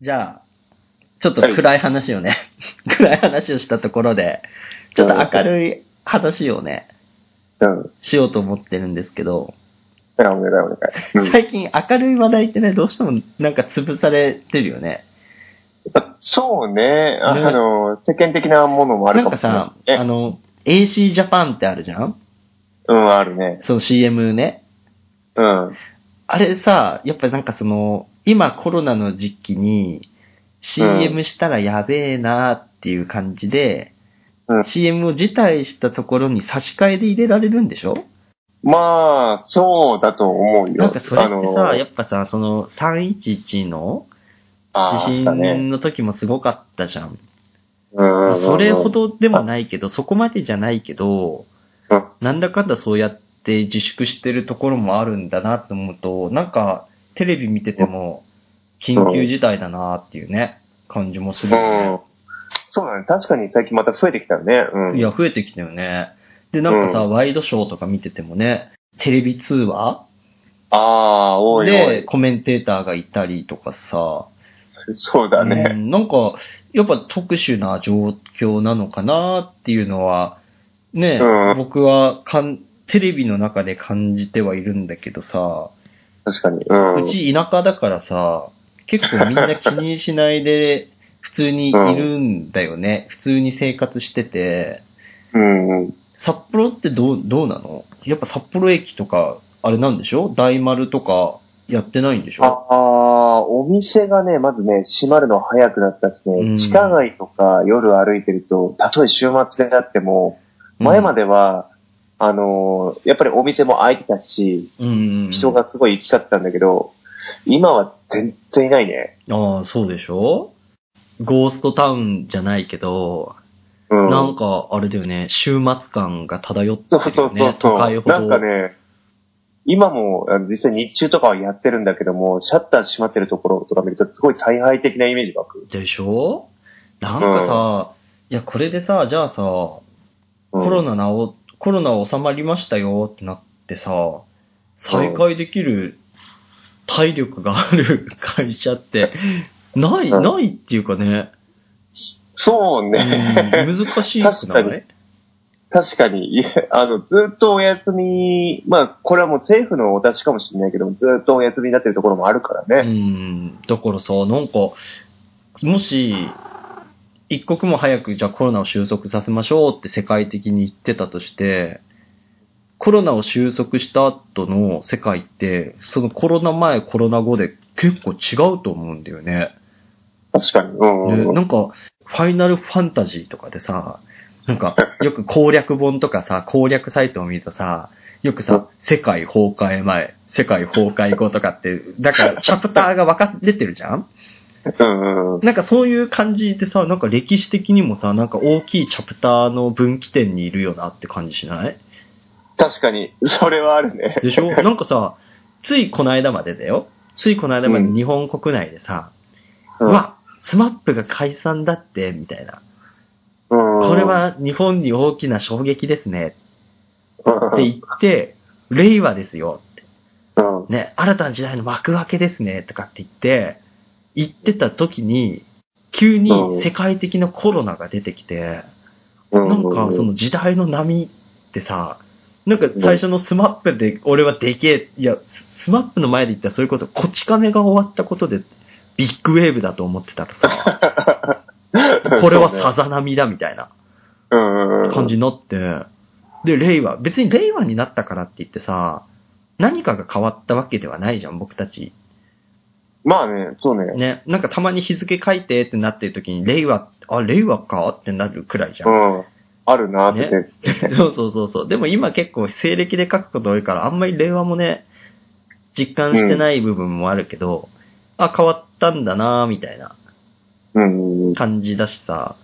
じゃあ、ちょっと暗い話をね、暗い話をしたところで、ちょっと明るい話をね、うん。しようと思ってるんですけど、あ、お願いお願い。うん。最近明るい話題ってね、どうしてもなんか潰されてるよね。そうね。ああの、世間的なものもあなるんかかもしれさな、い。あの、AC ジャパンってあるじゃんうん、あるね。その CM ね。うん。あれさ、やっぱなんかその、今コロナの時期に CM したらやべえなっていう感じで、うん CM を辞退したところに差し替えで入れられるんでしょまあ、そうだと思うよ。なんかそれってさ、やっっぱさ、その311のぱ地震の時もすごかったじゃん。うん。それほ。どでもないけど、そこまでじゃないけど、うんなんだかんだそうやって自粛してるところもあるんだなって思うと、なんかテレビ見てても緊急事態だなっていうね、感じもすうるよん。そうだね。確かに最近また増えてきたよね。うね。ん。いや、増えてきたよね。で、なんかさ、うワイドショーとか見ててもね、テレビ通話ああ、多い多でい。コメンテーターがいたりとかさ、そうだうね。んなんか、やっぱ特殊な状況なのかなっていうのは、ね、うん僕はかん、テレビの中で感じてはいるんだけどさ、確かに。うん。うち田舎だからさ、結構みんな気にしないで、普通にいるんだよね。普通に生活してて。うんうん。札幌ってどう、どうなのやっぱ札幌駅とか、あれなんでしょ大丸とかやってないんでしあょあー、お店がね、まずね、閉まるの早くなったしね、うん地下街とか夜歩いてると、たとえ週末であっても、前まで、では、あのーやっぱりお店も開いてたし、うんうんうん人。がすごい行き交ってたんだけど、今は全然いないね。ああ、そうでしょゴーストタウンじゃないけど、うん。なんかあれだよね、週末感が漂ってるそうよね。そうそうそ都会ほう。ど。なんかね、今もあの実際日中とかはやってるんだけども、シャッター閉まってるところとか見るとすごい大敗的なイメージが湧く。でしょなんかさ、いや、これでさ、じゃあさ、コうんロナなお、コロナ収まりましたよってなってさ、再開できる体力がある会社って、ない、うんないっていうかね、そううんね。難しいくな確かい確かに、いえあの、ずっとお休み、まあ、これはもう政府のお達しかもしれないけど、ずっとお休みになってるところもあるからうね。ん、だからさ、なんか、もし、一刻も早くじゃあコロナを収束させましょうって世界的に言ってたとして、コロナを収束した後の世界って、そのコロナ前、コロナ後で結構違うと思うんだよね。確かに。うんうんねうん。なんか、ファイナルファンタジーとかでさ、なん か、よく攻略本とかさ、攻略サイトを見るとさ、よくさ、世界崩壊前、世界崩壊後とかって、だからチャプターが分かっててるじゃんうんうん。なんかそういう感じでさ、なんか歴史的にもさ、なんか大きいチャプターの分岐点にいるよなって感じしない確かに、それはあるね。で しょなんかさ、ついこの間までだよ。ついこの間までうん日本国内でさ、ううんわ、スマップが解散だって、みたいな。うんこれ、は日本に大きな衝撃ですね。うんって言って、令和ですよ。うんね、新たな時代の幕開けですね。とかって言って、言ってた時に、急に世界的なコロナが出てきて、うんなんかその時代の波ってさ、なんか最初のスマップで俺はでけえ、いや、ススマップの前で言ったらそれこそこち亀が終わったことでビッグウェーブだと思ってたら さ、これはさ、ざ波だみたいな感感じ。になって、で、令和、別に令和になったからって言ってさ、何かが変わったわけではないじゃん、僕たち。まあね、そうね。ね、なんかたまに日付書いてってなってる時に、令和、あ、令和かってなるくらいじゃんう。ん。あるなってね。 そうそうそうそう。でも今結構西暦で書くこと多いから、あんまり令和もね、実感してない部分もあるけど、あ、変わったんだなぁみたいなうん。感じだしさ、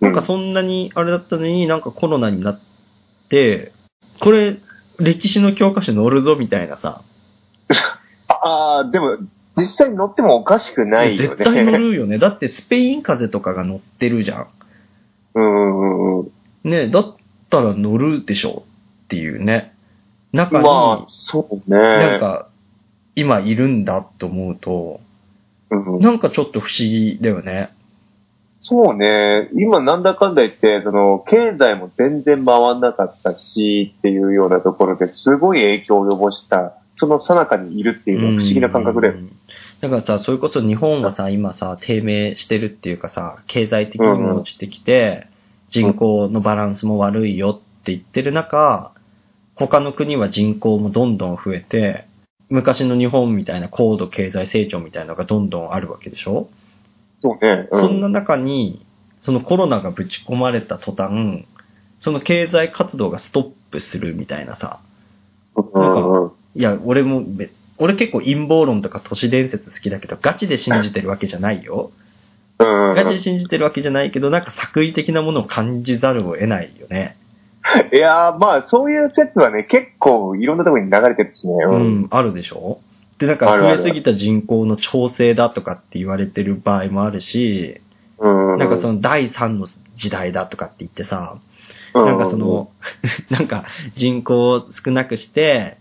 ななんかそんなにあれだったのになんかコロナになって、これ、歴史の教科書に載るぞみたいなさ、ああ、でも、実際乗ってもおかしくないよね。絶対載るよね。だってスペイン風邪とかが載ってるじゃん。うんうんうん。ねだったら載るでしょっていうね。中に、まあ、そうね。なんか、今いるんだと思うと、うんなんかちょっと不思議だよね。そうね。今なんだかんだ言って、その、経済も全然回んなかったし、っていうようなところですごい影響を及ぼした、その最中にいるっていうのは不思議な感覚だよう。んだからさ、それこそ日本はさ、今さ、低迷してるっていうかさ、経済的にも落ちてきて、人口のバランスも悪いよって言ってる中、他の国は人口もどんどん増えて、昔の日本みたいな高度経済成長みたいなのがどんどんあるわけでしょ、そうね。うそんな中に、そのコロナがぶち込まれた途端、その経済活動がストップするみたいなさ、うんうんうんいや、俺もべ、俺結構陰謀論とか都市伝説好きだけど、ガチで信じてるわけじゃない よ。うんうんガうチで信じてるわけじゃないけど、なんか作為的なものを感じざるを得ないよね。ん。いやー、まあ、そういう説はね、結構いろんなところに流れてるしね。ううんん、あるでしょで、なんかある増あえるすぎた人口の調整だとかって言われてる場合もあるし、うんうなんかその、の第三の時代だとかって言ってさ、うなんかそ、の、 なんか人口を少なくして、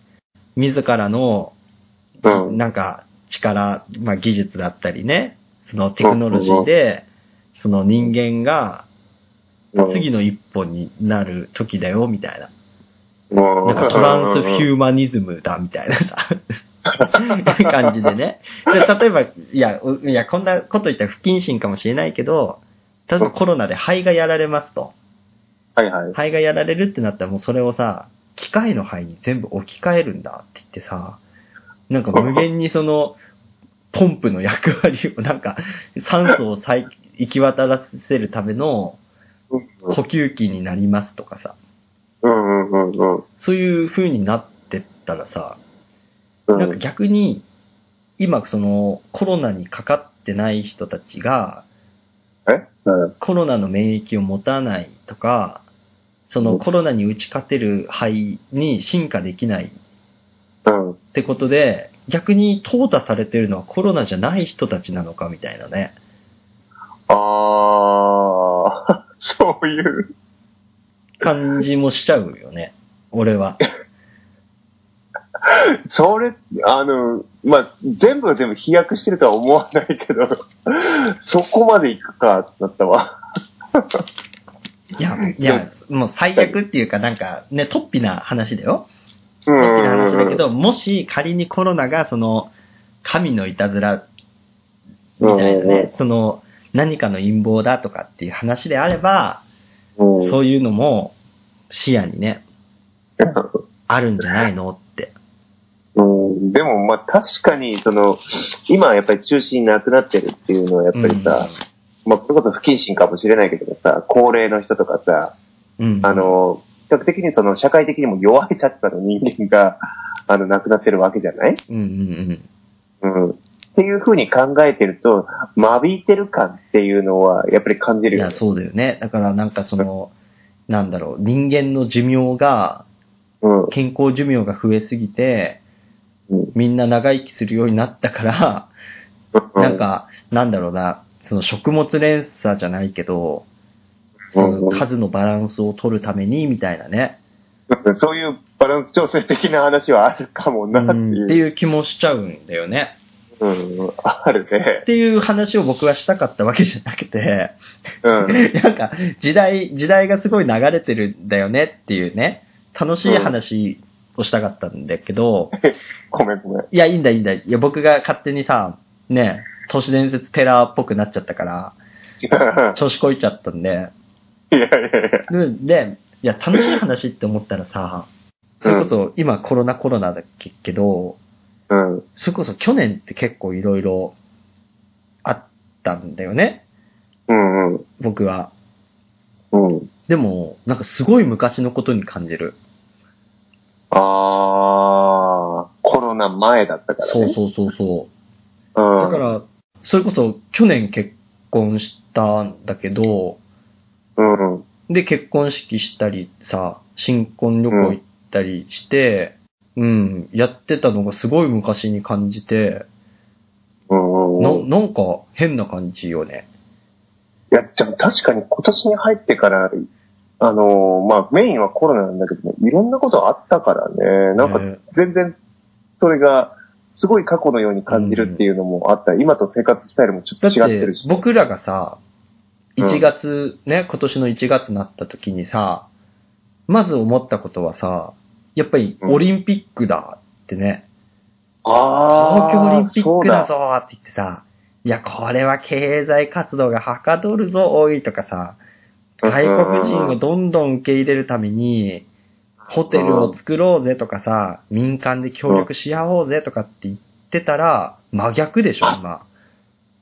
自らのうんなんか力、まあ、技術だったりね、そのテクノロジーで、その人間がうん次の一歩になる時だよ、みたいな。うんなんかトランスヒューマニズムだ、みたいなさ。 感じでね。で例えば、いや、おいや、こんなこと言ったら不謹慎かもしれないけど、例えばコロナで肺がやられますと。はいはい。肺がやられるってなったらもうそれをさ、機械の肺に全部置き換えるんだって言ってさ、なんか無限にその、ポンプの役割をなんか、酸素を再行き渡らせるためのうん呼吸器になりますとかさ、うんうんうんそういう風になってったらさ、うん。なんか逆に、今そのコロナにかかってない人たちが、えうんコロナの免疫を持たないとか、そのコロナに打ち勝てる肺に進化できないうん。ってことで、逆に淘汰されてるのはコロナじゃない人たちなのかみたいなね。あー、 そういう。感じもしちゃうよね。俺は。それ、あの、まあ、全部が全部飛躍してるとは思わないけど、 そこまで行くか、ってなったわ。いや、いや、もう最悪っていうかなんかね、突飛な話だよ。う突飛ん。な話だけど、もし仮にコロナがその、神のいたずら、みたいなね、その、何かの陰謀だとかっていう話であれば、うん、うん。そういうのも視野にね、あるんじゃないのって。うん、でも、まあ、確かに、その、今やっぱり中心なくなってるっていうのは、やっぱりさ、まあ、それこそ不謹慎かもしれないけどさ、高齢の人とかさ、うん、うんあ、の、比較的にその、社会的にも弱い立場の人間が、あの、亡くなってるわけじゃないうんうんうん。っていうふうに考えてると、間引いてる感っていうのは、やっぱり感じうん。るいよや、ね。そうだよね。だからなんかその、なんだろう、人間の寿命が、うん。健康寿命が増えすぎて、うんみんな長生きするようになったから、なん、か、なんだろうな、その食物連鎖じゃないけど、その数のバランスを取るために、みたいなね、うんそういうバランス調整的な話はあるかもうなってんっていう。いう気もしちゃうんだよね。うん、あるねっ。ていう話を僕はしたかったわけじゃなくて、 うん。なんか、時代、時代がすごい流れてるんだよねっていうね、楽しい話をしたかったんだけど、ごめんごめん。 いや、いいんだ、いいんだ。いや、僕が勝手にさ、ね、都市伝説テラーっぽくなっちゃったから、いや調子こいちゃったんで、いやいやいや。で、でいや、楽しい話って思ったらさ、それこそ今コロナコロナだけど、うん。それこそ去年って結構いろいろあったんだよね、うんうん。僕は。うん。でも、なんかすごい昔のことに感じる。あー、コロナ前だったからそうね。そうそうそう。う。ん、だから、それこそ去年結婚したんだけど、うん。で、結婚式したりさ、新婚旅行行ったりして、うん、やってたのがすごい昔に感じて、うん。うな、ん。なんか変な感じよね。いや、じゃあ確かに今年に入ってから、あのーまあ、メインはコロナなんだけども、いろんなことあったからね、なんかね全然、それが、すごい過去のように感じるっていうのもあったり、今と生活スタイルもちょっとだって違ってるし。僕らがさ、うん1月、ね、今年の1月になった時にさ、まず思ったことはさ、やっぱりうんオリンピックだってね、あ東京ーオリンピックだそぞって言ってさ、いや、これは経済活動がはかどるぞ、多いとかさ、うん外国人をどんどん受け入れるために、ホテルを作ろうぜとかさ、民間で協力し合おうぜとかって言ってたら、真逆でしょ、今。うだい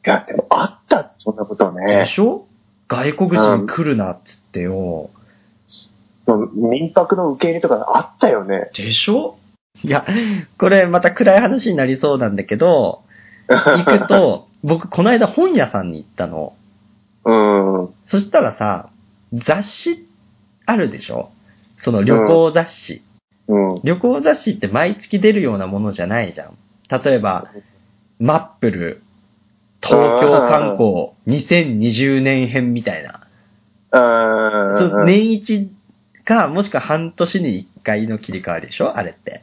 や、でもあった、そんなことでね。しょ外国人来るなっつってよ。その民泊の受け入れとかあったよね。でしょいや、これまた暗い話になりそうなんだけど、行くと、僕この間本屋さんに行ったの。うん。うんそしたらさ、雑誌あるでしょその旅行雑誌。。旅行雑誌って毎月出るようなものじゃないじゃん。例えば、マップル、東京観光2020年編みたいな。あーそう、年一か、もしくは半年に一回の切り替わりでしょあれって。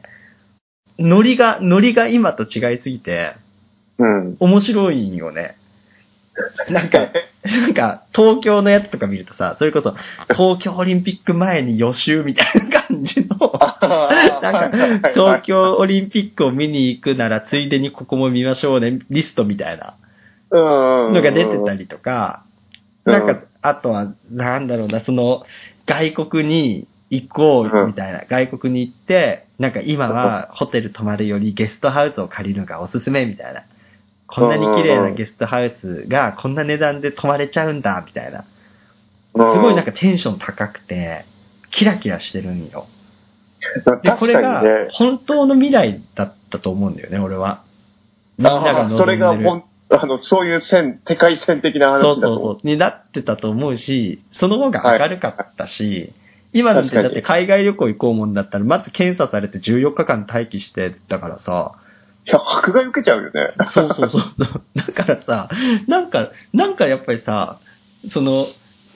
ノリが、ノリが今と違いすぎて、うん。面白いんよね。 なんか、なんか、東京のやつとか見るとさ、それこそ、東京オリンピック前に予習みたいな感じの、 ななんか、東京オリンピックを見に行くなら、ついでにここも見ましょうね、リストみたいなののが出てたりとか、なんか、あとは、なんだろうな、その、外国に行こうみたいな、外国に行って、なんか今はホテル泊まるよりゲストハウスを借りるのがおすすめみたいな。こんなに綺麗なゲストハウスがこんな値段で泊まれちゃうんだ、みたいな。すごいなんか、かテンション高くて、キラキラしてるんよ。で、こ確れかがにね。本当の未来だったと思うんだよね、俺は。みんながあ望ーんでる。それがほん、あの、そういう線、世界線的なそう話だそうとそ思う。になってたと思うし、その方が明るかったし、今なんて確かだっにて海外旅行行こうもんだったら、まず検査されて14日間待機してたからさ、いや、迫害受けちゃうよね。そうそうそうそう。だからさ、なんか、なんかやっぱりさ、その、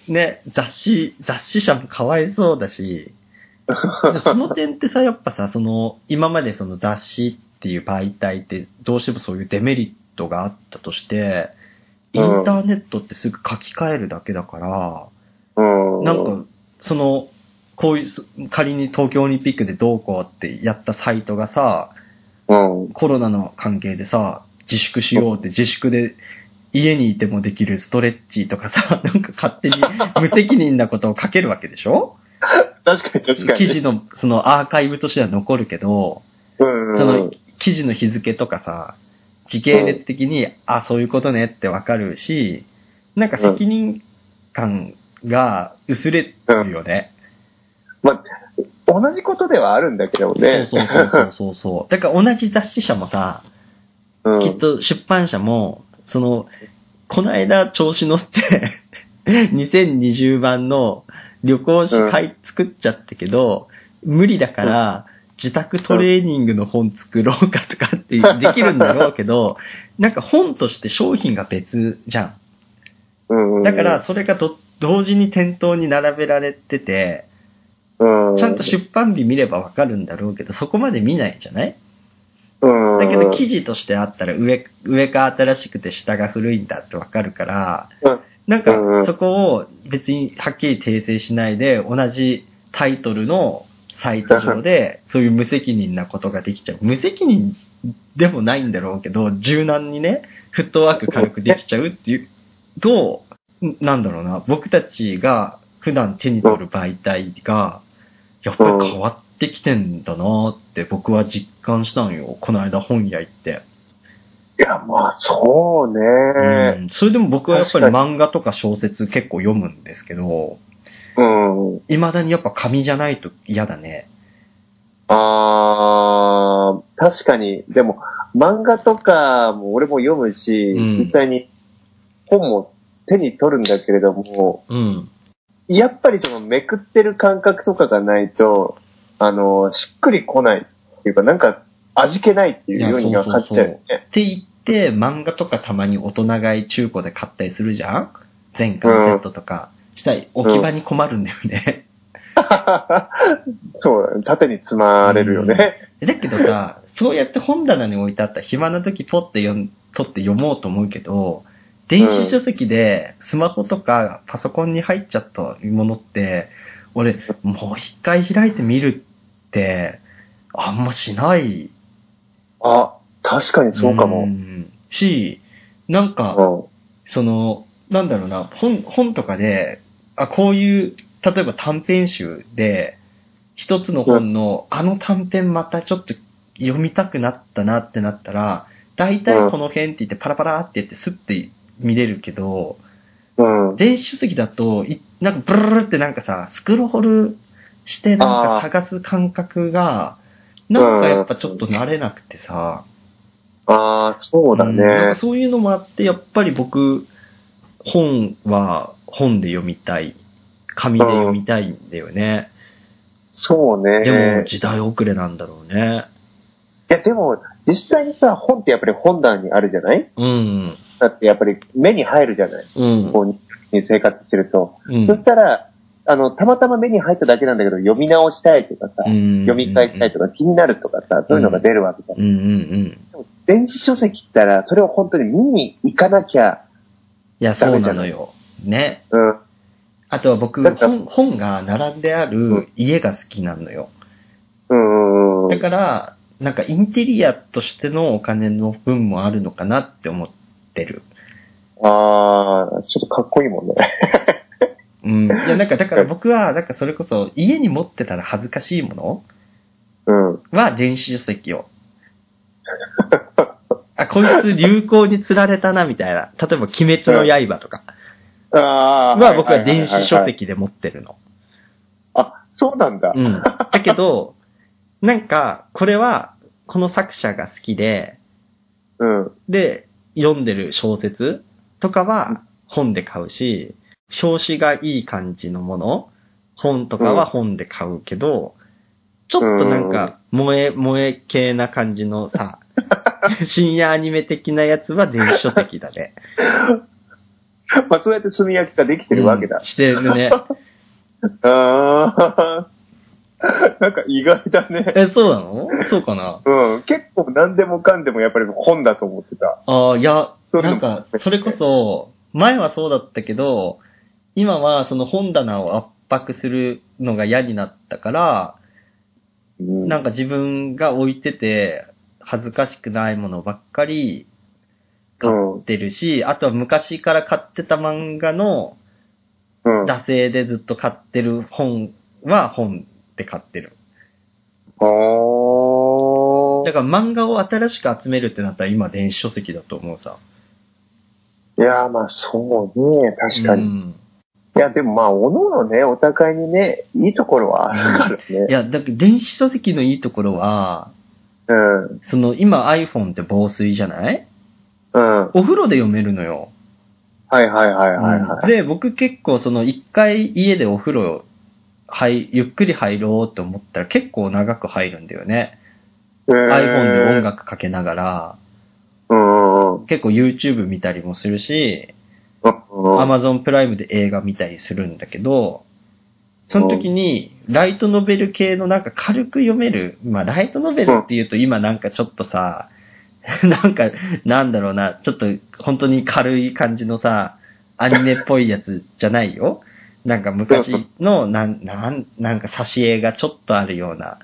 ね、雑誌、雑誌社もかわいそうだし、その点ってさ、やっぱさ、その、今までその雑誌っていう媒体って、どうしてもそういうデメリットがあったとして、イうんンターネットってすぐ書き換えるだけだから、うん。なんか、その、こういうす、仮に東京オリンピックでどうこうってやったサイトがさ、うん。コロナの関係でさ、自粛しようって自粛で家にいてもできるストレッチとかさ、 なんか勝手に無責任なことを書けるわけでしょ確かに確か記に。事のそのアーカイブとしては残るけど、うんうんその記事の日付とかさ、時系列的に、あ、そういうことねってわかるし、なんか責任感が薄れるよね。同じことではあるんだけどね。そうそうそうそうそう。だから同じ雑誌社もさ、うんきっと出版社も、その、この間調子乗って、2020版の旅行誌うん買い作っちゃったけど、無理だから、自宅トレーニングの本作ろうかとかってできるんだろうけ ど、なんか本として商品が別じゃうんうんん。だから、それがど同時に店頭に並べられてて、うんちゃんと出版日見ればわかるんだろうけど、そこまで見ないじゃないうんだけど記事としてあったら上、上が新しくて下が古いんだってわかるからうん、なんうんかうんそこを別にはっきり訂正しないで、同じタイトルのサイト上 で、そういう無責任なことができちゃう。無責任でもないんだろうけど、柔軟にね、フットワーク軽くできちゃうっていうと、なんだろうな、僕たちが普段手に取る媒体が、やっぱり変わってきてんだなって僕は実感したんよ。この間本屋行って。いや、まあ、そううね。ん、それでも僕はやっぱり確漫画とか小説結構読むんですけど、うん。未だにやっぱ紙じゃないと嫌だね。あー、確かに。でも、漫画とかも俺も読むし、うん実際に本も手に取るんだけれども、うん。やっぱりそのめくってる感覚とかがないと、あの、しっくりこないっていうか、なんか味気ないっていうようにいやはそうそう感そうじちゃうよね。って言って、漫画とかたまに大人買い中古で買ったりするじゃん全巻セットとか。したら置き場に困るんだよね。 そう、縦に積まれるよね。だけどさ、そうやって本棚に置いてあった暇な時ポッて読ん取って読もうと思うけど、電子書籍でスマホとかパソコンに入っちゃったものって、俺、もう一回開いてみるって、あんましない。あ、確かにそうかも。んし、なんか、うその、なんだろうな、本、本とかで、あ、こういう、例えば短編集で、一つの本の、あの短編またちょっと読みたくなったなってなったら、大体この辺って言ってパラパラって言ってスッて見れるけど、ん。うん。電子書籍だと、いなんかブルルルってなんかさ、スクロールしてなんか探す感覚が、なんかやっぱちょっと慣れなくてさ、ああ、そうだんなんかね。そういうのもあって、やっぱり僕、本は本で読みたい。紙で読みたいんだよね。そうでもね。時代遅れなんだろうね。いや、でも、実際にさ、本ってやっぱり本棚にあるじゃないうん。だってやっぱり目に入るじゃないうんこ。う日常に生活してると。うんそしたら、あの、たまたま目に入っただけなんだけど、読み直したいとかさ、読み返したいとか気になるとかさ、そういうのが出るわけじゃんう。んうんうん。電子書籍ったら、それを本当に見に行かなきゃ、いや、そうなのよ。ね。うん。あとは僕、だから本本が並んである家が好きなのよ。うんうんうだん。から、なんかインテリアとしてのお金の分もあるのかなって思ってる。ああ、ちょっとかっこいいもんね。うん。いや、なんか、だから僕は、なんかそれこそ、家に持ってたら恥ずかしいものうん。は電子書籍を。あ、こいつ流行に釣られたな、みたいな。例えば、鬼滅の刃とかああ。は僕は電子書はいはいはいはい。籍で持ってるの。あ、そうなんだ。うん。だけど、なんか、これは、この作者が好きで、うん。で、読んでる小説とかは本で買うし、表紙がいい感じのもの、本とかは本で買うけど、ちょっとなんか、萌え、萌え系な感じの さ、深夜アニメ的なやつは電子書籍だね。まあ、そうやって炭焼きができてるわけうだん。してるね。ああ。 なんか意外だね。え、そうなのそうかなうん。結構何でもかんでもやっぱり本だと思ってた。ああ、いや、それなでんもか、それこそ、前はそうだったけど、今はその本棚を圧迫するのが嫌になったから、うんなんか自分が置いてて、恥ずかしくないものばっかり買ってるし、あとは昔から買ってた漫画のうん。あ惰性でずっと買ってる本は本で買ってる。あだ。から漫画を新しく集めるってなったら今電子書籍だと思うさ。いやー、まあそうね、確かに。うんいや、でもまあ、おのおのね、お互いにね、いいところはあるからいね。や、だけど電子書籍のいいところは、うん。うん。その今 iPhone って防水じゃないはお風呂で読めるのよ。いはいはいはいはい。で、僕結構その一回家でお風呂、はい、ゆっくり入ろうと思ったら結構長く入るんだよね。えー iPhone で音。楽かけながら、うんうんうん。結構 YouTube 見たりもするし、うんうん Amazon プライムで映画見たりするんだけど、その時に、ライトノベル系のなんか軽く読める、まあライトノベルっていうと今なんかちょっとさ、 なんか、なんだろうな、ちょっと本当に軽い感じのさ、アニメっぽいやつじゃないよ。なんか昔の、なん、なん、なんか挿絵がちょっとあるような、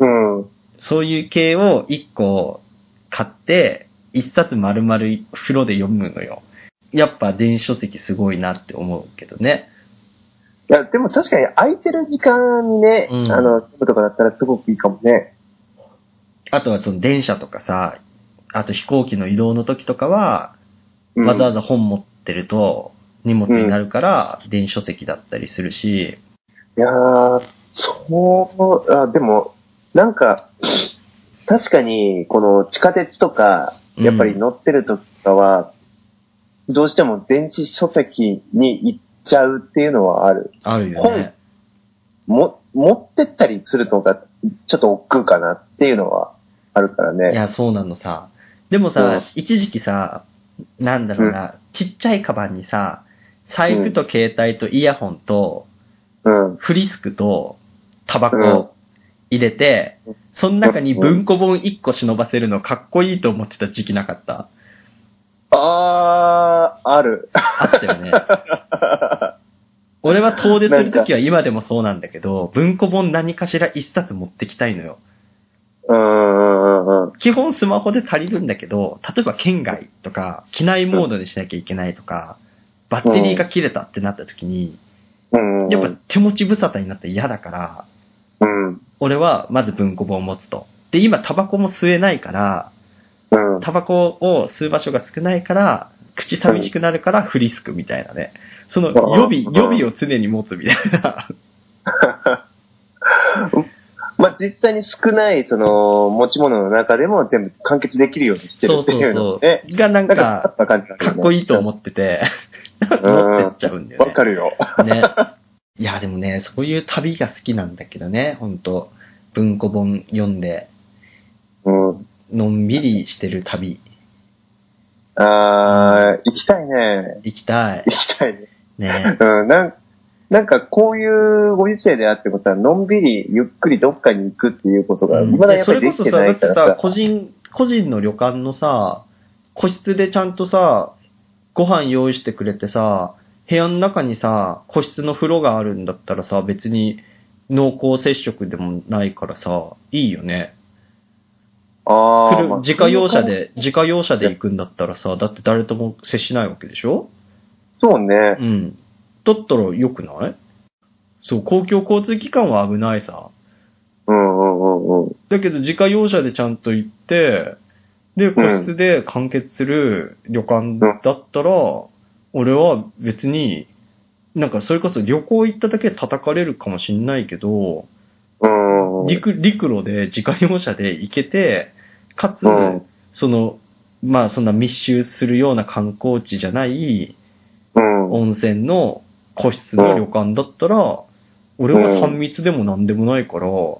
うん。そういう系を一個買って、一冊丸々風呂で読むのよ。やっぱ電子書籍すごいなって思うけどね。いや、でも確かに空いてる時間にね、うんあの、読むとかだったらすごくいいかもね。あとはその電車とかさ、あと飛行機の移動の時とかは、うんわざわざ本持ってると荷物になるから、電子書籍だったりするし、いやー、そう、あでも、なんか、確かに、この地下鉄とか、うんやっぱり乗ってる時とかは、どうしても電子書籍に行っちゃうっていうのはある。あるよね。も、持ってったりするのが、ちょっと億劫かなっていうのはあるからいね。や、そうなのさ。でもうんさ、一時期さ、なんだろうな、ちっちゃいカバンにさ、財布と携帯とイヤホンと、うん。フリスクと、タバコ、うん入れて、その中に文庫本1個忍ばせるのかっこいいと思ってた時期なかった。あー、ある。あった よね。俺は遠出するときは今でもそうなんだけど、文庫本何かしら一冊持ってきたいのよ。うんうんうんうん。基本スマホで足りるんだけど、例えば県外とか、機内モードにしなきゃいけないとか、バッテリーが切れたってなったときに、うんうん。やっぱ手持ち無沙汰になって嫌だから、うん。俺はまず文庫本を持つと。で、今タバコも吸えないから、うん。タバコを吸う場所が少ないから、口寂しくなるからフリスクみたいなね。その予備、う予ん備を常に持つみたいな。 まあ、実際に少ない、その、持ち物の中でも全部完結できるようにしてそるうってそいううのそね。う。がなんなんか、あか、った感じなんだかよっねこいいと思ってて、持ってっちゃうんだよわね。かるよ。ね。いや、でもね、そういう旅が好きなんだけどね、ほんと。文庫本読んで、うん。のんびりしてる旅。あー、行きたいね。行きたい。行きたいね。ね。うん、なんなんかこういうご時世であってことは、のんびりゆっくりどっかに行くっていうことが、うん未だやっそぱりれでこそきてさ、なだいってからさ、さ。個人、個人の旅館のさ、個室でちゃんとさ、ご飯用意してくれてさ、部屋の中にさ、個室の風呂があるんだったらさ、別に濃厚接触でもないからさ、いいよね。あー車まあ自家用車で、自家用車で行くんだったらさ、だって誰とも接しないわけでしょそうねう。ん。だったら良くないそう、公共交通機関は危ないさ。うんうんうんうん。だけど自家用車でちゃんと行って、で、個室で完結する旅館だったら、俺は別に、なんかそれこそ旅行行っただけで叩かれるかもしんないけど、うんうんうん。陸陸路で自家用車で行けて、かつ、うんその、まあそんな密集するような観光地じゃないうん温泉の個室の旅館だったら、俺は3密でも何でもないから、大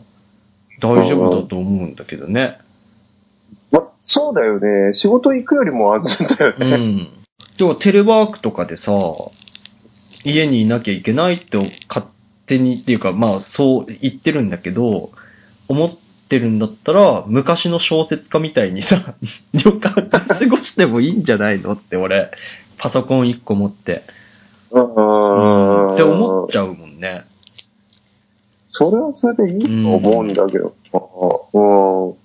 丈夫だと思うんだけどね。まあ、そうだよね。仕事行くよりも安全だようね。ん。でもテレワークとかでさ、家にいなきゃいけないって勝手にっていうか、まあそう言ってるんだけど、思ってるんだったら、昔の小説家みたいにさ、 旅館で過ごしてもいいんじゃないのって俺、パソコン1個持って、うんうん、って思っう。ちゃうもんね。それはそれでいいと思うんだけど。う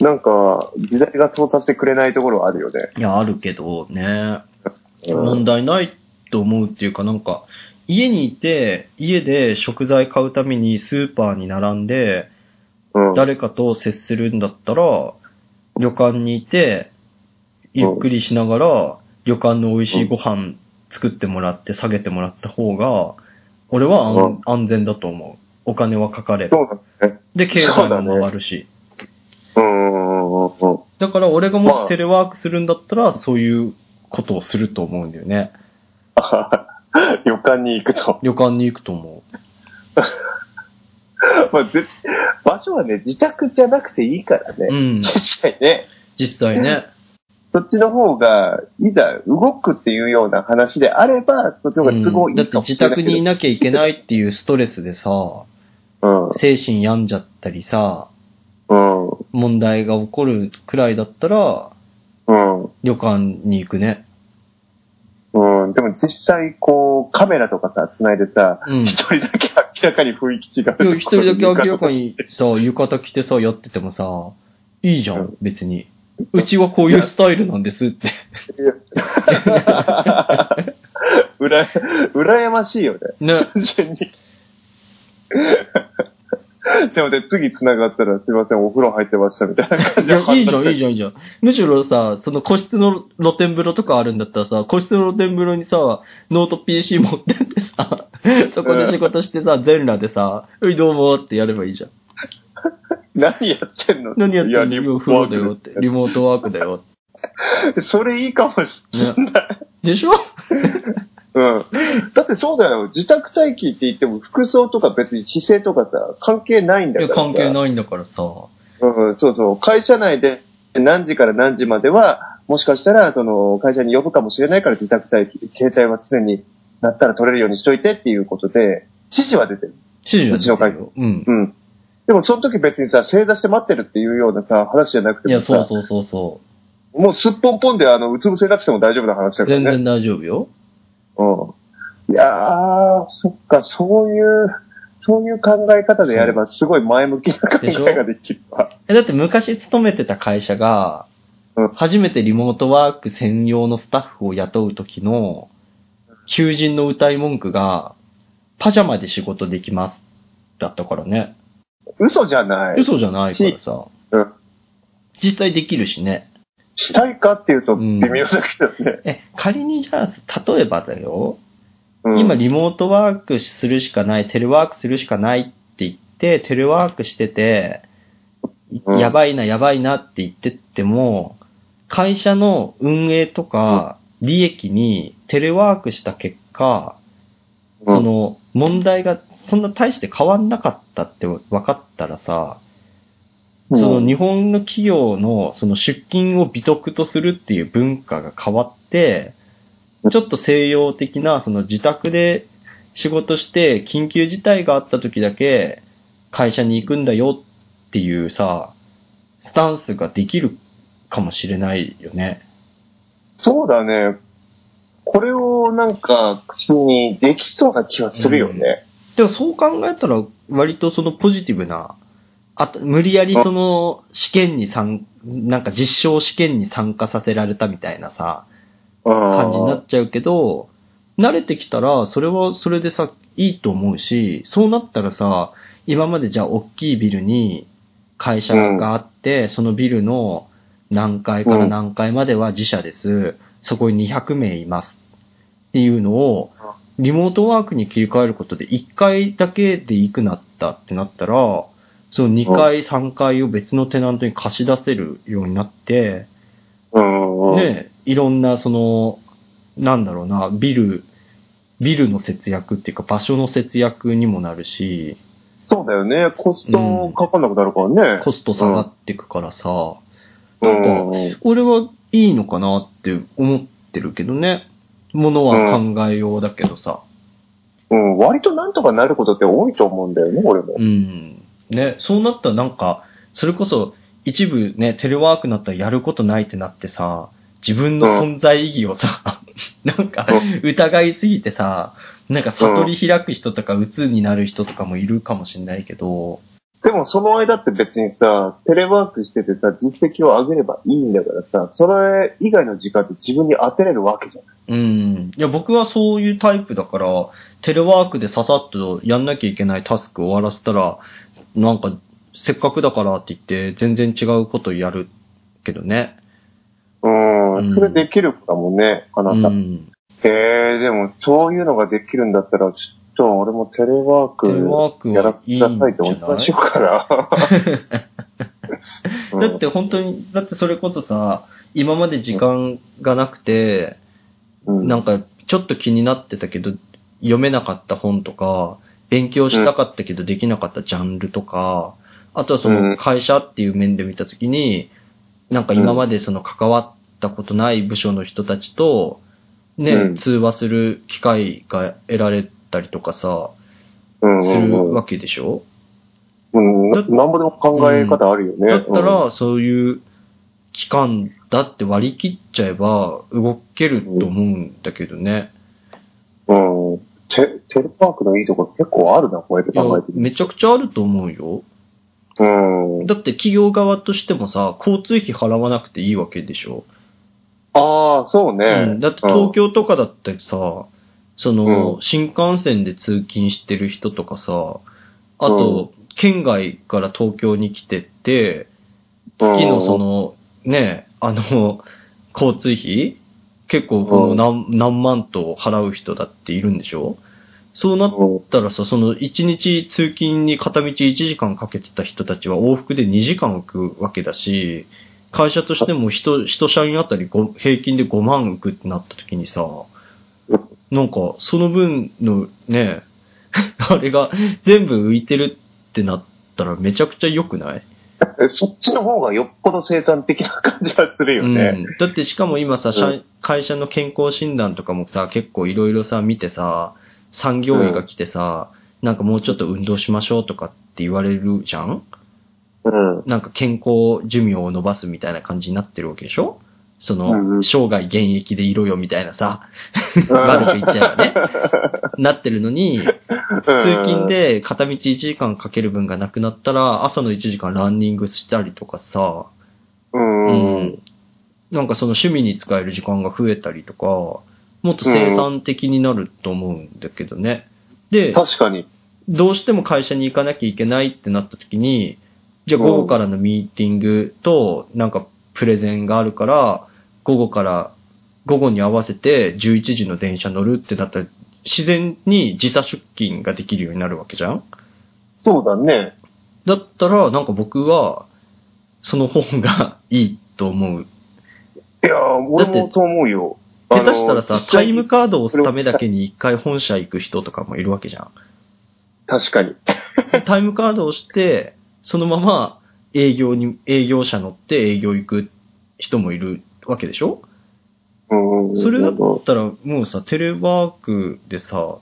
ん。なんか、時代がそうさせてくれないところはあるよね。いや、あるけどね。う問ん。題ないと思うっていうかなんか、家にいて、家で食材買うためにスーパーに並んで、うん誰かと接するんだったら、旅館にいて、ゆっくりしながら、旅館の美味しいご飯作ってもらって、下げてもらった方が、俺は安,、うん安全だと思う。お金はかかれる。そうだね。で、経そう済だねも回るし。うんうんうんうん。だから俺がもましあテレワークするんだったら、そういうことをすると思うんだよね。 旅館に行くと。旅館に行くと思う。まあ、ぜ場所はね、自宅じゃなくていいからうね。ん。実際ね。実際 ね。そっちの方が、いざ動くっていうような話であれば、そっちの方が都合いだっいてかも自しれない宅けど。にいなきゃいけないっていうストレスでさ、うん。精神病んじゃったりさ、うん。問題が起こるくらいだったら、うん。旅館に行くね。うん、でも実際、こう、カメラとかさ、繋いでさ、 うん。一人だけ明らかに雰囲気違うとこいろやに。一人だけ明らかにさ、浴衣着てさ、やっててもさ、いいじゃん、別に。うちはこういうスタイルなんですって。うら、 羨ましいよね。ね。単純に。 でもね、次繋がったら、すいません、お風呂入ってましたみたいな感いじでや、いいじゃん、いいじゃじん、いいじゃん。むしろさ、その個室の露天風呂とかあるんだったらさ、個室の露天風呂にさ、ノート PC 持ってってさ、 そこで仕事してさ、全裸でさ、うい、どうもってやればいいじゃん。ゃん。何やってんの何やってんのい今リモ風呂ーだトワよっークて。リモートワークだよっそれいいかもしれて。ない。ね。でしょうん。だってそうだよ。自宅待機って言っても、服装とか別に姿勢とかさ、関係ないんいだや、からさ。関係ないんだからさ。うん、そうそう。会社内で何時から何時までは、もしかしたら、その、会社に呼ぶかもしれないから自宅待機、携帯は常になったら取れるようにしといてっていうことで、指示は出てる。指示は出てるようちの会うん。うん。でもその時別にさ、正座して待ってるっていうようなさ、話じゃなくていもや、さ、そうそうそうそもうすっぽんぽんであの、うつ伏せになってても大丈夫な話う。だから全ね。然大丈夫よ。うん。いやー、そっか、そういう、そういう考え方でやれば、すごい前向きな考えができるわ。え、だって昔勤めてた会社がうん、初めてリモートワーク専用のスタッフを雇う時の、求人の歌い文句が、パジャマで仕事できます。だったからね。嘘じゃない。嘘じゃないからさうん。実際できるしね。したいかっていうとうん微妙だけどね。え、仮にじゃあ、例えばだよ。うん、今リモートワークするしかない、テレワークするしかないって言って、テレワークしてて、うんやばいな、やばいなって言ってっても、会社の運営とか利益にテレワークした結果、うんその問題がそんな大して変わんなかったって分かったらさ、うんその日本の企業のその出勤を美徳とするっていう文化が変わって、ちょっと西洋的なその自宅で仕事して緊急事態があった時だけ会社に行くんだよっていうさ、スタンスができるかもしれないよね。そうだね。これをなんか、口にできそうな気はするよね。でもそう考えたら割とそのポジティブな、あと無理やりその試験に参、なんか実証試験に参加させられたみたいなさ、うん感じになっちゃうけど、慣れてきたら、それはそれでさ、いいと思うし、そうなったらさ、今までじゃあ大きいビルに会社があって、そのビルの何階から何階までは自社です。そこに200名います。っていうのを、リモートワークに切り替えることで1回だけでいいくなったってなったら、その2階、3階を別のテナントに貸し出せるようになって、うん。ね、いろんな、その、なんだろうな、ビル、ビルの節約っていうか場所の節約にもなるし、そうだよね。コストかかんなくなるからね。コスト下がっていくからさ、うん俺はいいのかなって思ってるけどね。ものは考えようだけどさ。うん。割となんとかなることって多いと思うんだよね、俺もう。ん。ね、そうなったらなんか、それこそ一部ね、テレワークになったらやることないってなってさ、自分の存在意義をさ、 なんか疑いすぎてさ、なんか悟り開く人とか、鬱になる人とかもいるかもしれないけど、でもその間って別にさ、テレワークしててさ、実績を上げればいいんだからさ、それ以外の時間って自分に当てれるわけじゃん。うん。いや、僕はそういうタイプだから、テレワークでささっとやんなきゃいけないタスクを終わらせたら、なんか、せっかくだからって言って、全然違うことやるけどね。ううんん。それできるかもね、あなうた。ん。へえ、でもそういうのができるんだったら、ちょっと俺もテレワーテレワクークやらはせいていんじくゃだなさいってお願いしようかな。う んだって本当に、だってそれこそさ、今まで時間がなくて、うんなんかちょっと気になってたけど、読めなかった本とか、勉強したかったけどできなかったジャンルとか、あとはそうんの会社っていう面で見たときに、なんか今までその関わったことない部署の人たちと、うね、ん通話する機会が得られたりとかさ、うんすうんるうんわけでしょうん、なだなんぼでも考え方あるよね。だったら、そういう期間だって割り切っちゃえば動けると思うんだけどね。うん、うんテ、テレワークのいいところ結構あるな、こうやっていや考えて、る。めちゃくちゃあると思うよ。うん。だって企業側としてもさ、交通費払わなくていいわけでしょ。ああ、そうね。うん、だって東京とかだってさ、その、うん新幹線で通勤してる人とかさ、あと、県外から東京に来てって、月のその、ね、あの、交通費結構この何,、何万と払う人だっているんでしょそうなっうん、たらさ、その1日通勤に片道1時間かけてた人たちは往復で2時間浮くわけだし、会社としても人、人社員あたりご平均で5万浮くってなった時にさ、なんかその分のね、 あれが全部浮いてるってなったらめちゃくちゃ良くないえそっちの方がよっぽど生産的な感じはするよね。うん、だってしかも今さ、社う会社の健康診断とかもさ、結構いろいろさ、見てさ、産業医が来てさ、なんかもうちょっと運動しましょうとかって言われるじゃんうん。なんか健康寿命を伸ばすみたいな感じになってるわけでしょそうんうの、ん生涯現役でいろよみたいなさ、悪く言っちゃえばね、 なってるのに、通通勤、で片道1時間かける分がなくなったら、朝の1時間ランニングしたりとかさ、うん。うんなんかその趣味に使える時間が増えたりとか、もっと生産的になると思うんだけどね。で、確かに。どうしても会社に行かなきゃいけないってなった時に、じゃあ午後からのミーティングと、なんかプレゼンがあるから、午後から、午後に合わせて11時の電車乗るってなったら、自然に時差出勤ができるようになるわけじゃんそうだね。だったら、なんか僕は、その方がいいと思う。いやー、俺だっもてそう思うよ。下手したらあさの、実タ際イにムカードを押すためだけに一回本社行く人とかもいるわけじゃん。確かに。タイムカードをして、そのまま営業に、営業車乗って営業行く人もいるわけでしょうん。それだだっと、たらもうさ、テレワークでさ、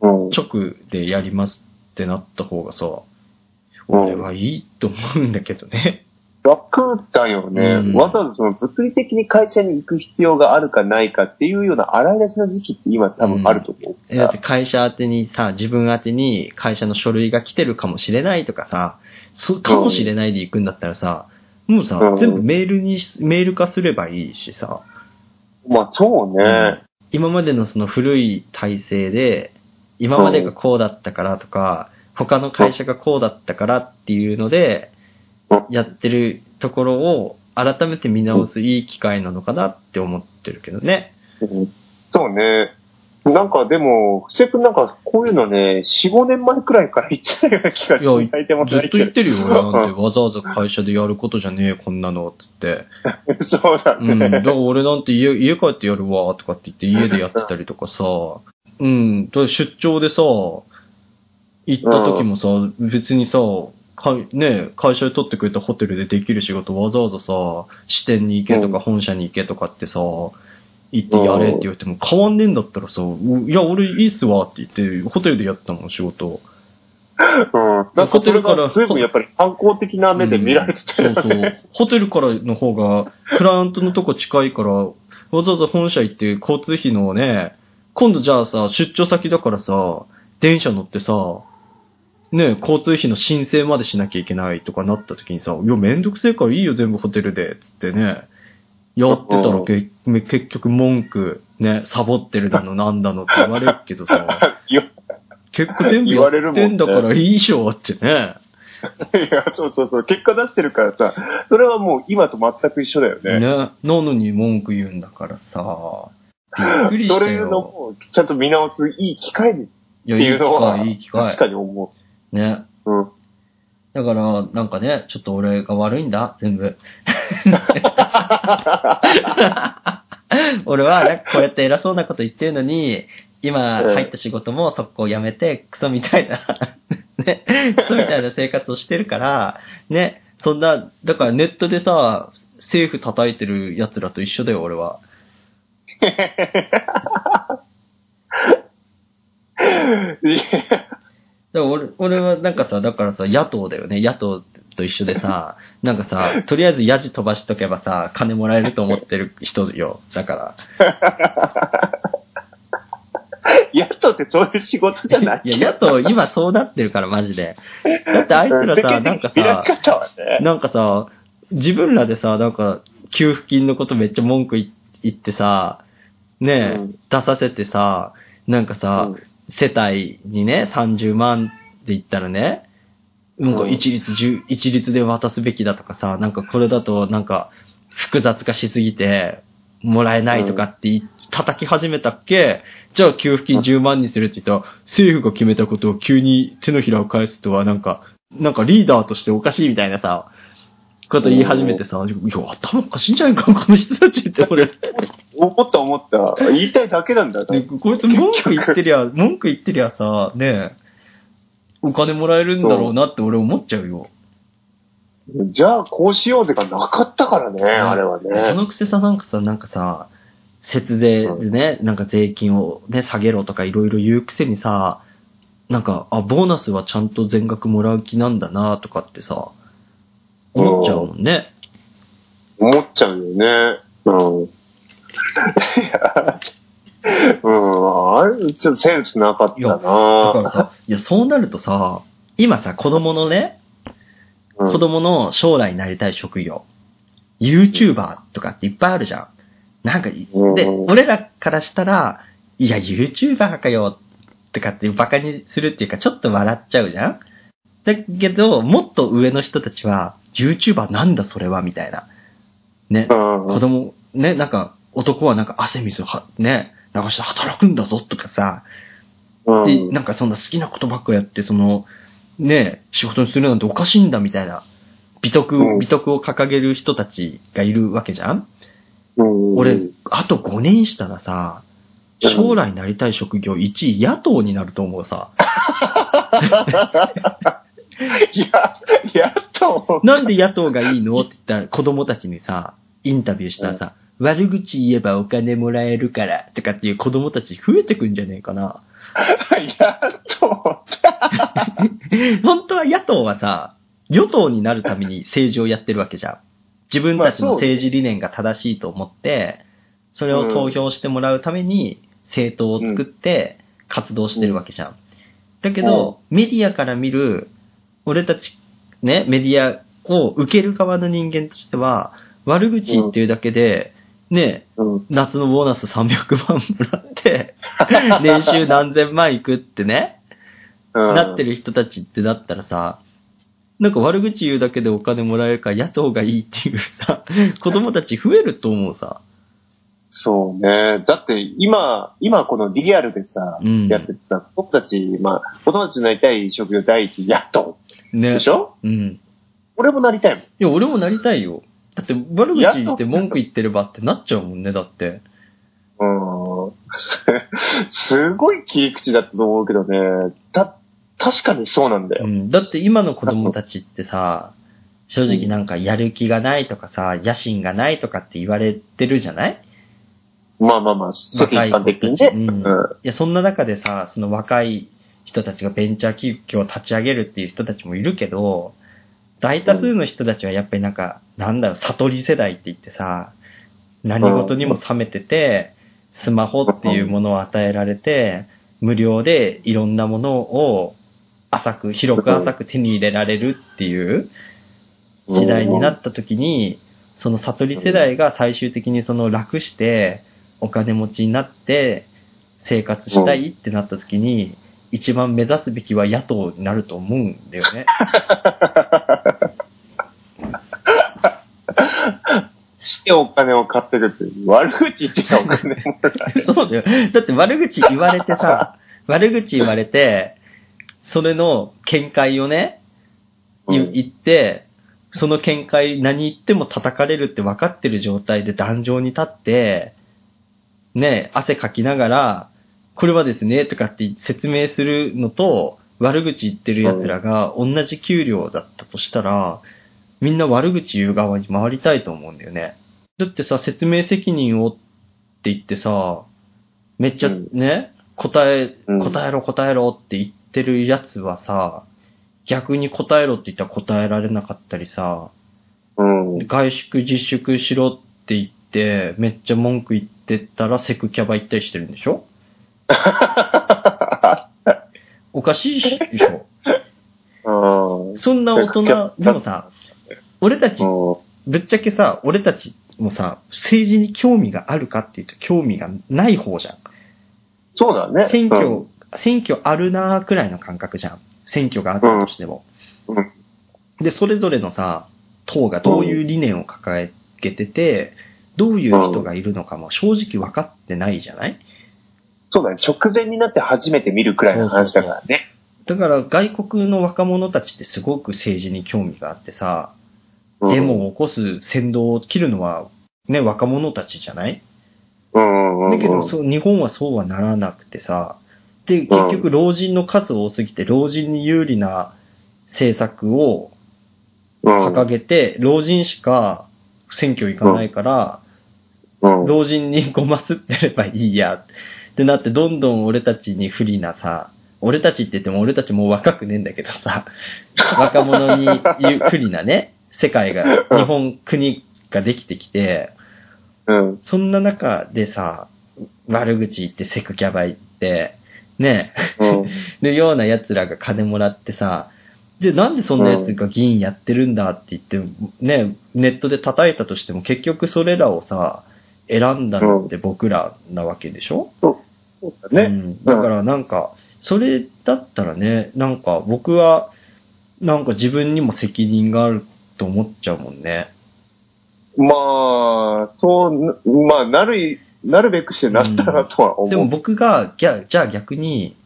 うん。直でやりますってなった方がさ、俺はいいと思うんだけどね。楽だよね、うんわざわざその物理的に会社に行く必要があるかないかっていうような洗い出しの時期って今多分あると思う。えだって会社宛てにさ、自分宛てに会社の書類が来てるかもしれないとかさ、そうかもしれないで行くんだったらさ、もうさ、うん全部メールにし、メール化すればいいしさ、まあそうね。今までのその古い体制で、今までがこうだったからとか、他の会社がこうだったからっていうのでうん、やってるところを改めて見直すいい機会なのかなって思ってるけどね。うんそうね。なんかでも、布施君なんかこういうのね、4、5年前くらいから言ってたような気がしいやないでもずっないとけ言っど。てるよ、俺なんて。わざわざ会社でやることじゃねえ、こんなの、つって。 そうだうん。だかね。ら俺なんて家、家帰ってやるわ、とかって言って家でやってたりとかさ。うん。だから出張でさ、行った時もさ、別にさ、かね、会社で取ってくれたホテルでできる仕事わざわざさ、支店に行けとうか本社に行けとかってさ、行ってやれって言われても変わんねえんだったらさ、ういや、俺いいっすわって言って、ホテルでやったもん、仕事。うん。なんかそれが随分やっぱり反抗的な目で見られてたそようそう。ホテルからの方が、クライアントのとこ近いから、わざわざ本社行って交通費のね、今度じゃあさ、出張先だからさ、電車乗ってさ、ね、交通費の申請までしなきゃいけないとかなった時にさ、いや、めんどくせえからいいよ、全部ホテルで、つってね、やってたらけ結局文句、ね、サボってるだの、なんだのって言われるけどさ、 言わ結構全部やってんだからいいでしょ、ってね。いや、そうそうそう。結果出してるからさ、それはもう今と全く一緒だよね。なのに文句言うんだからさ。びっくりしたそれのよ。もちゃんと見直すいい機会にっいてや、いいうい機のは、会、いい機確会。かに思ね。う。うん。だから、なんかね、ちょっと俺が悪いんだ、全 部。俺は、なんかこうやって偉そうなこと言ってるのに、今うん入った仕事も速攻辞めて、クソみたいな、 ね、クソみたいな生活をしてるから、ね、そんな、だからネットでさ、政府叩いてる奴らと一緒だよ、俺は。いや だから俺俺はなんかさ、だからさ、野党だよね。野党と一緒でさ、なんかさ、とりあえずヤジ飛ばしとけばさ、金もらえると思ってる人よ。だから。やっとってそういう仕事じゃない。いや、野党今そうなってるから、マジで。だってあいつら世間さ、的なんか見らされ、方はね。なんかさ、自分らでさ、なんか、給付金のことめっちゃ文句い言ってさ、ねえ、うん出させてさ、なんかさ、うん世帯にね、30万って言ったらね、なんか一律十、一律で渡すべきだとかさ、なんかこれだとなんか複雑化しすぎて、もらえないとかって言い叩き始めたっけじゃあ給付金10万にするって言ったら、政府が決めたことを急に手のひらを返すとはなんか、なんかリーダーとしておかしいみたいなさ、こと言い始めてさ、いや、頭おかしいんじゃないか、この人たちって俺。思った思った。言いたいだけなんだ。で、こいつ文句言ってりゃ、文句言ってりゃさ、ねえ、お金もらえるんだろうなって俺思っちゃうよ。じゃあこうしようぜがなかったからね、あれはそね。のくせさ、なんかさ、なんかさ、節税でね、なんか税金をね、下げろとかいろいろ言うくせにさ、なんか、あ、ボーナスはちゃんと全額もらう気なんだなとかってさ、思っちゃうもんね。思っちゃうよね。うん。い や、うん、あれ、ちょっとセンスなかったいやなだだからさ、いや、そうなるとさ、今さ、子供のね、うん子供の将来になりたい職業、YouTuber とかっていっぱいあるじゃん。なんか、で、うん俺らからしたら、いや、YouTuber かよ、とかってバカにするっていうか、ちょっと笑っちゃうじゃんだけど、もっと上の人たちは、YouTuber なんだそれは、みたいな。ね、うん子供、ね、なんか、男はなんか汗水は、ね、流して働くんだぞ、とかさ、うんで、なんかそんな好きなことばっかやって、その、ねえ、仕事にするなんておかしいんだみたいな、美徳うを、ん美徳を掲げる人たちがいるわけじゃんうん俺、あと5年したらさ、うん将来なりたい職業1位野党になると思うさ。いや、やっと、なんで野党がいいのって言ったら子供たちにさ、インタビューしたらさ、悪口言えばお金もらえるから、とかっていう子供たち増えてくんじゃねえかな。やっと、 本当は野党はさ、与党になるために政治をやってるわけじゃん。自分たちの政治理念が正しいと思って、それを投票してもらうために政党を作って活動してるわけじゃん。だけど、メディアから見る、俺たち、ね、メディアを受ける側の人間としては、悪口言っていうだけで、ね、うん、夏のボーナス300万もらって、年収何千万いくってね、なってる。る人たちってなったらさ、なんか悪口言うだけでお金もらえるから野党がいいっていうさ、子供たち増えると思うさ。そうね。だって、今、今このリアルでさ、うん。やっててさ、僕たち、まあ、子供たちになりたい職業第一、やっと。ねでし。ょうん。俺もなりたいもん。いや、俺もなりたいよ。だって悪口言って文句言ってればってなっちゃうもんね、だって。うん すごい切り口だったと思うけどね。た、確かにそうなんだうよ。ん。だって今の子供たちってさ、正直なんかやる気がないとかさ、野心がないとかって言われてるじゃないまあまあまあ、世間一般的に若いね。子たちうんいや、そんな中でさ、その若い人たちがベンチャー企業を立ち上げるっていう人たちもいるけど、大多数の人たちはやっぱりなんか、なんだろう、悟り世代って言ってさ、何事にも冷めてて、スマホっていうものを与えられて、無料でいろんなものを浅く、広く浅く手に入れられるっていううん時代になった時に、その悟り世代が最終的にその楽して、お金持ちになって、生活したいってなった時に、一番目指すべきは野党になると思うんだよね。 してお金を買ってるって、悪口言ってたお金もらえるそうだよ。だって悪口言われてさ、悪口言われて、それの見解をね、う言ん言って、その見解何言っても叩かれるって分かってる状態で壇上に立って、ねえ、汗かきながら、これはですね、とかって説明するのと、悪口言ってる奴らが同じ給料だったとしたら、みんな悪口言う側に回りたいと思うんだよね。だってさ、説明責任をって言ってさ、めっちゃうんね、答え、うん答えろ答えろって言ってるやつはさ、逆に答えろって言ったら答えられなかったりさ、うん。外宿自粛しろって言って、めっちゃ文句言ってたらセクキャバ行ったりしてるんでし ょおかしいしでしょうんそんな大人、でもさ、俺たち、ぶっちゃけさ、俺たちもさ、政治に興味があるかっていうと興味がない方じゃん。そうだね。選挙、うん選挙あるなーくらいの感覚じゃん。選挙があったとしても。うんうんで、それぞれのさ、党がどういう理念を抱えげてて、どういう人がいるのかも正直分かってないじゃないそうだね。直前になって初めて見るくらいの話だからね。だから外国の若者たちってすごく政治に興味があってさ、うんデモを起こす先導を切るのはね、若者たちじゃないうんうんうだん。けどそう、日本はそうはならなくてさ、で、結局、老人の数多すぎて、老人に有利な政策をうん、掲げて、老人しか選挙行かないから、うん、老人にごますってればいいやってなって、どんどん俺たちに不利なさ、俺たちって言っても俺たちもう若くねえんだけどさ、若者にゆっくりなね、世界が、日本国ができてきて、うん。そんな中でさ、悪口言ってセクキャバ言って、ね、うん。のような奴らが金もらってさ、で、なんでそんな奴が議員やってるんだって言って、ね、ネットで叩いたとしても結局それらをさ、選んだのって僕らなわけでしょ、そうだうね。ん、だからなんか、それだったらね、なんか僕は、なんか自分にも責任があると思っちゃうもんね。まあ、そう、まあ、なる、なるべくしてなったらとは思う。でも僕が、ぎゃじゃあ逆に、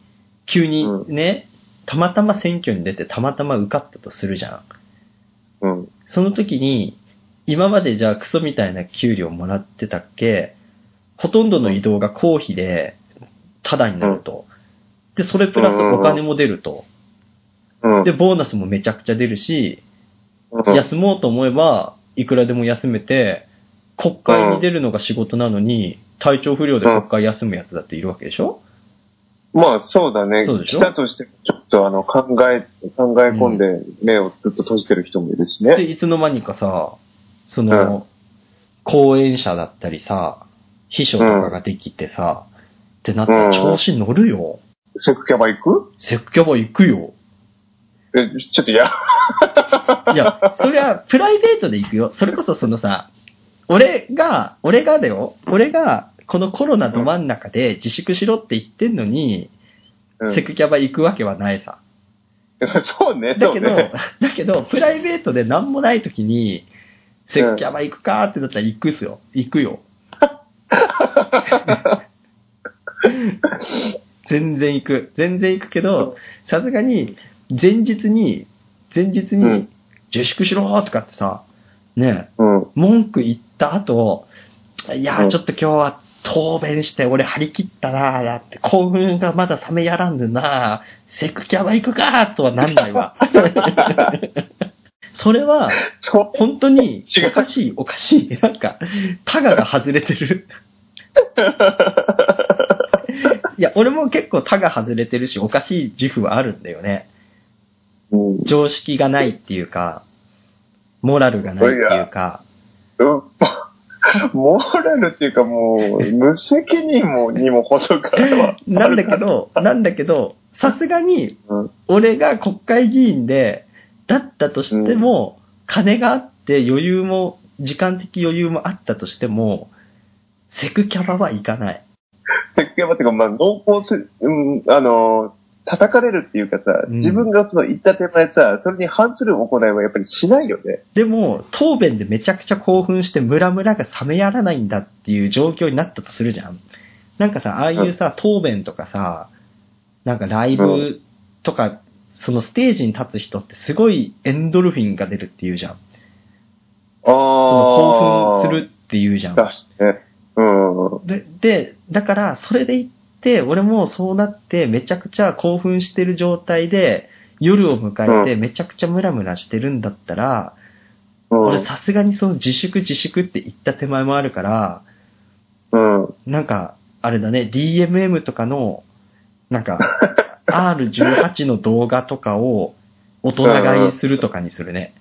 急にうね、たまたま選挙に出てたまたま受かったとするじゃん。うん。その時に、今までじゃあクソみたいな給料もらってたっけ、ほとんどの移動が公費で、タダになると。で、それプラスお金も出ると。うん。で、ボーナスもめちゃくちゃ出るし、うん、休もうと思えば、いくらでも休めて、国会に出るのが仕事なのに、体調不良で国会休むやつだっているわけでしょまあ、そうだねそう。でしょ来たとしても、ちょっとあの、考え、考え込んで、目をずっと閉じてる人もいるしで、ね。いつの間にかさ、その、講演者だったりさ、秘書とかができてさ、ってなったら調子乗るよ。セクキャバ行くセクキャバ行くよ。え、ちょっとや、いや、そ りゃ、プライベートで行くよ。それこそそのさ、俺が、俺がだよ、俺が、このコロナど真ん中で自粛しろって言ってんのに、うんセクキャバ行くわけはないさ。 そうね、だそけうど、ね。 だけど、プライベートで何もない時に、セクキャバ行くかーってなったら行くっすよ。行く よ。全然行く。全然行くけど、さすがに、前日に、前日うにん、自粛しろーとかってさ、ねえ、うん。文句言った後、いやうーんちょっと今日は答弁して俺張り切ったなーだって興奮がまだ冷めやらんでなーセクキャバ行くかーとはなんない わ。それはそう。本当に違うおかしいおかしい。なんか、タガが外れて る。いや、俺も結構タガ外れてるし、おかしい自負はあるんだよね。うん常識がないっていうか、モラルがないっていうか、うんモラルっていうかもう、無責任もにも程があるわ。なんだけど、なんだけど、さすがにうん、俺が国会議員で、だったとしても、金があって余裕も、時間的余裕もあったとしても、セクキャバは行かない。セクキャバっていうか、まあ、濃厚す、うん、あの、叩かれるっていうかさ、うん自分がその言った手前さ、それに反する行いはやっぱりしないよね。でも、答弁でめちゃくちゃ興奮してムラムラが冷めやらないんだっていう状況になったとするじゃん。なんかさ、ああいうさ、答弁とかさ、なんかライうブとか、そのステージに立つ人ってすごいエンドルフィンが出るっていうじゃん。ああ。その興奮するっていうじゃん。出して。うん。で、で、だから、それで行って、俺もそうなって、めちゃくちゃ興奮してる状態で、夜を迎えて、めちゃくちゃムラムラしてるんだったら、う俺ん。さすがにその自粛自粛って言った手前もあるから、うん。なんか、あれだね、DMM とかの、なんか、R18 の動画とかを、大人買いするとかにするね。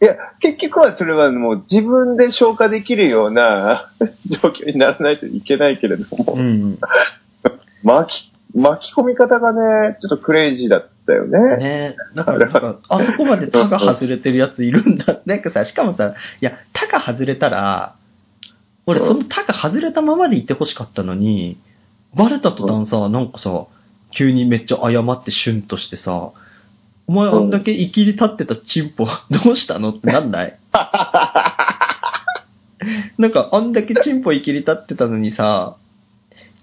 いや、結局はそれはもう自分で消化できるような 状況にならないといけないけれども、うん。巻き、巻き込み方がね、ちょっとクレイジーだったよね。ねだから、なんか、あそこまでタが外れてるやついるんだ。なんかさ、しかもさ、いや、タが外れたら、俺、そのタが外れたままでいてほしかったのに、バレた途端さ、なんかさ、急にめっちゃ謝ってシュンとしてさ、お前あんだけ生きり立ってたチンポ、どうしたのってなん ないなんか、あんだけチンポ生きり立ってたのにさ、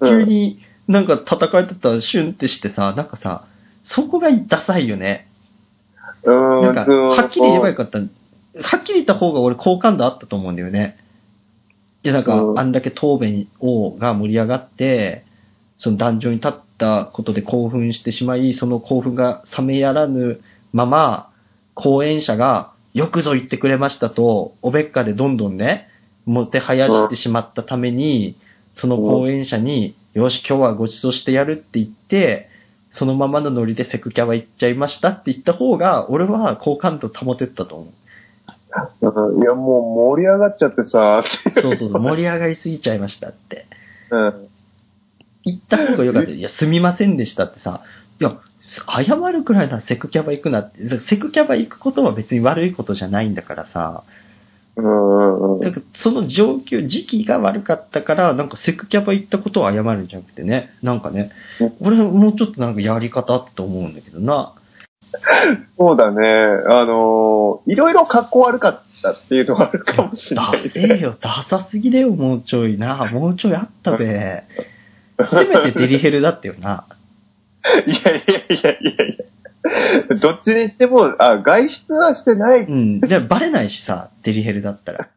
急になんか叩かれてたらシュンってしてさ、なんかさ、そこがダサいよね。うん。なんか、そのはっきり言えばよかった。はっきり言った方が俺好感度あったと思うんだよね。いや、なんかう、んあんだけ答弁を、が盛り上がって、その壇上に立ったことで興奮してしまい、その興奮が冷めやらぬまま、講演者が、よくぞ言ってくれましたと、おべっかでどんどんね、もてはやしてしまったために、その講演者に、よし、今日はご馳走してやるって言って、そのままのノリでセクキャは行っちゃいましたって言った方が、俺は好感度保てったと思うんいや、もう盛り上がっちゃってさ、う。そうそうそう、盛り上がりすぎちゃいましたって。うん。行った方が良かった。いや、すみませんでしたってさ、いや、謝るくらいならセクキャバ行くなって、だからセクキャバ行くことは別に悪いことじゃないんだからさ、うん。なんかその状況、時期が悪かったから、なんかセクキャバ行ったことを謝るんじゃなくてね、なんかねうん、俺もうちょっとなんかやり方あったと思うんだけどな。そうだね。あのーいろいろ格好悪かったっていうのはあるかもしれダない。セえよ、ダサすぎだよ、もうちょいな。もうちょいあったべ。せめてデリヘルだったよな。いやいやいやいやいや。どっちにしても、あ、外出はしてない。うん。で、バレないしさ、デリヘルだったら。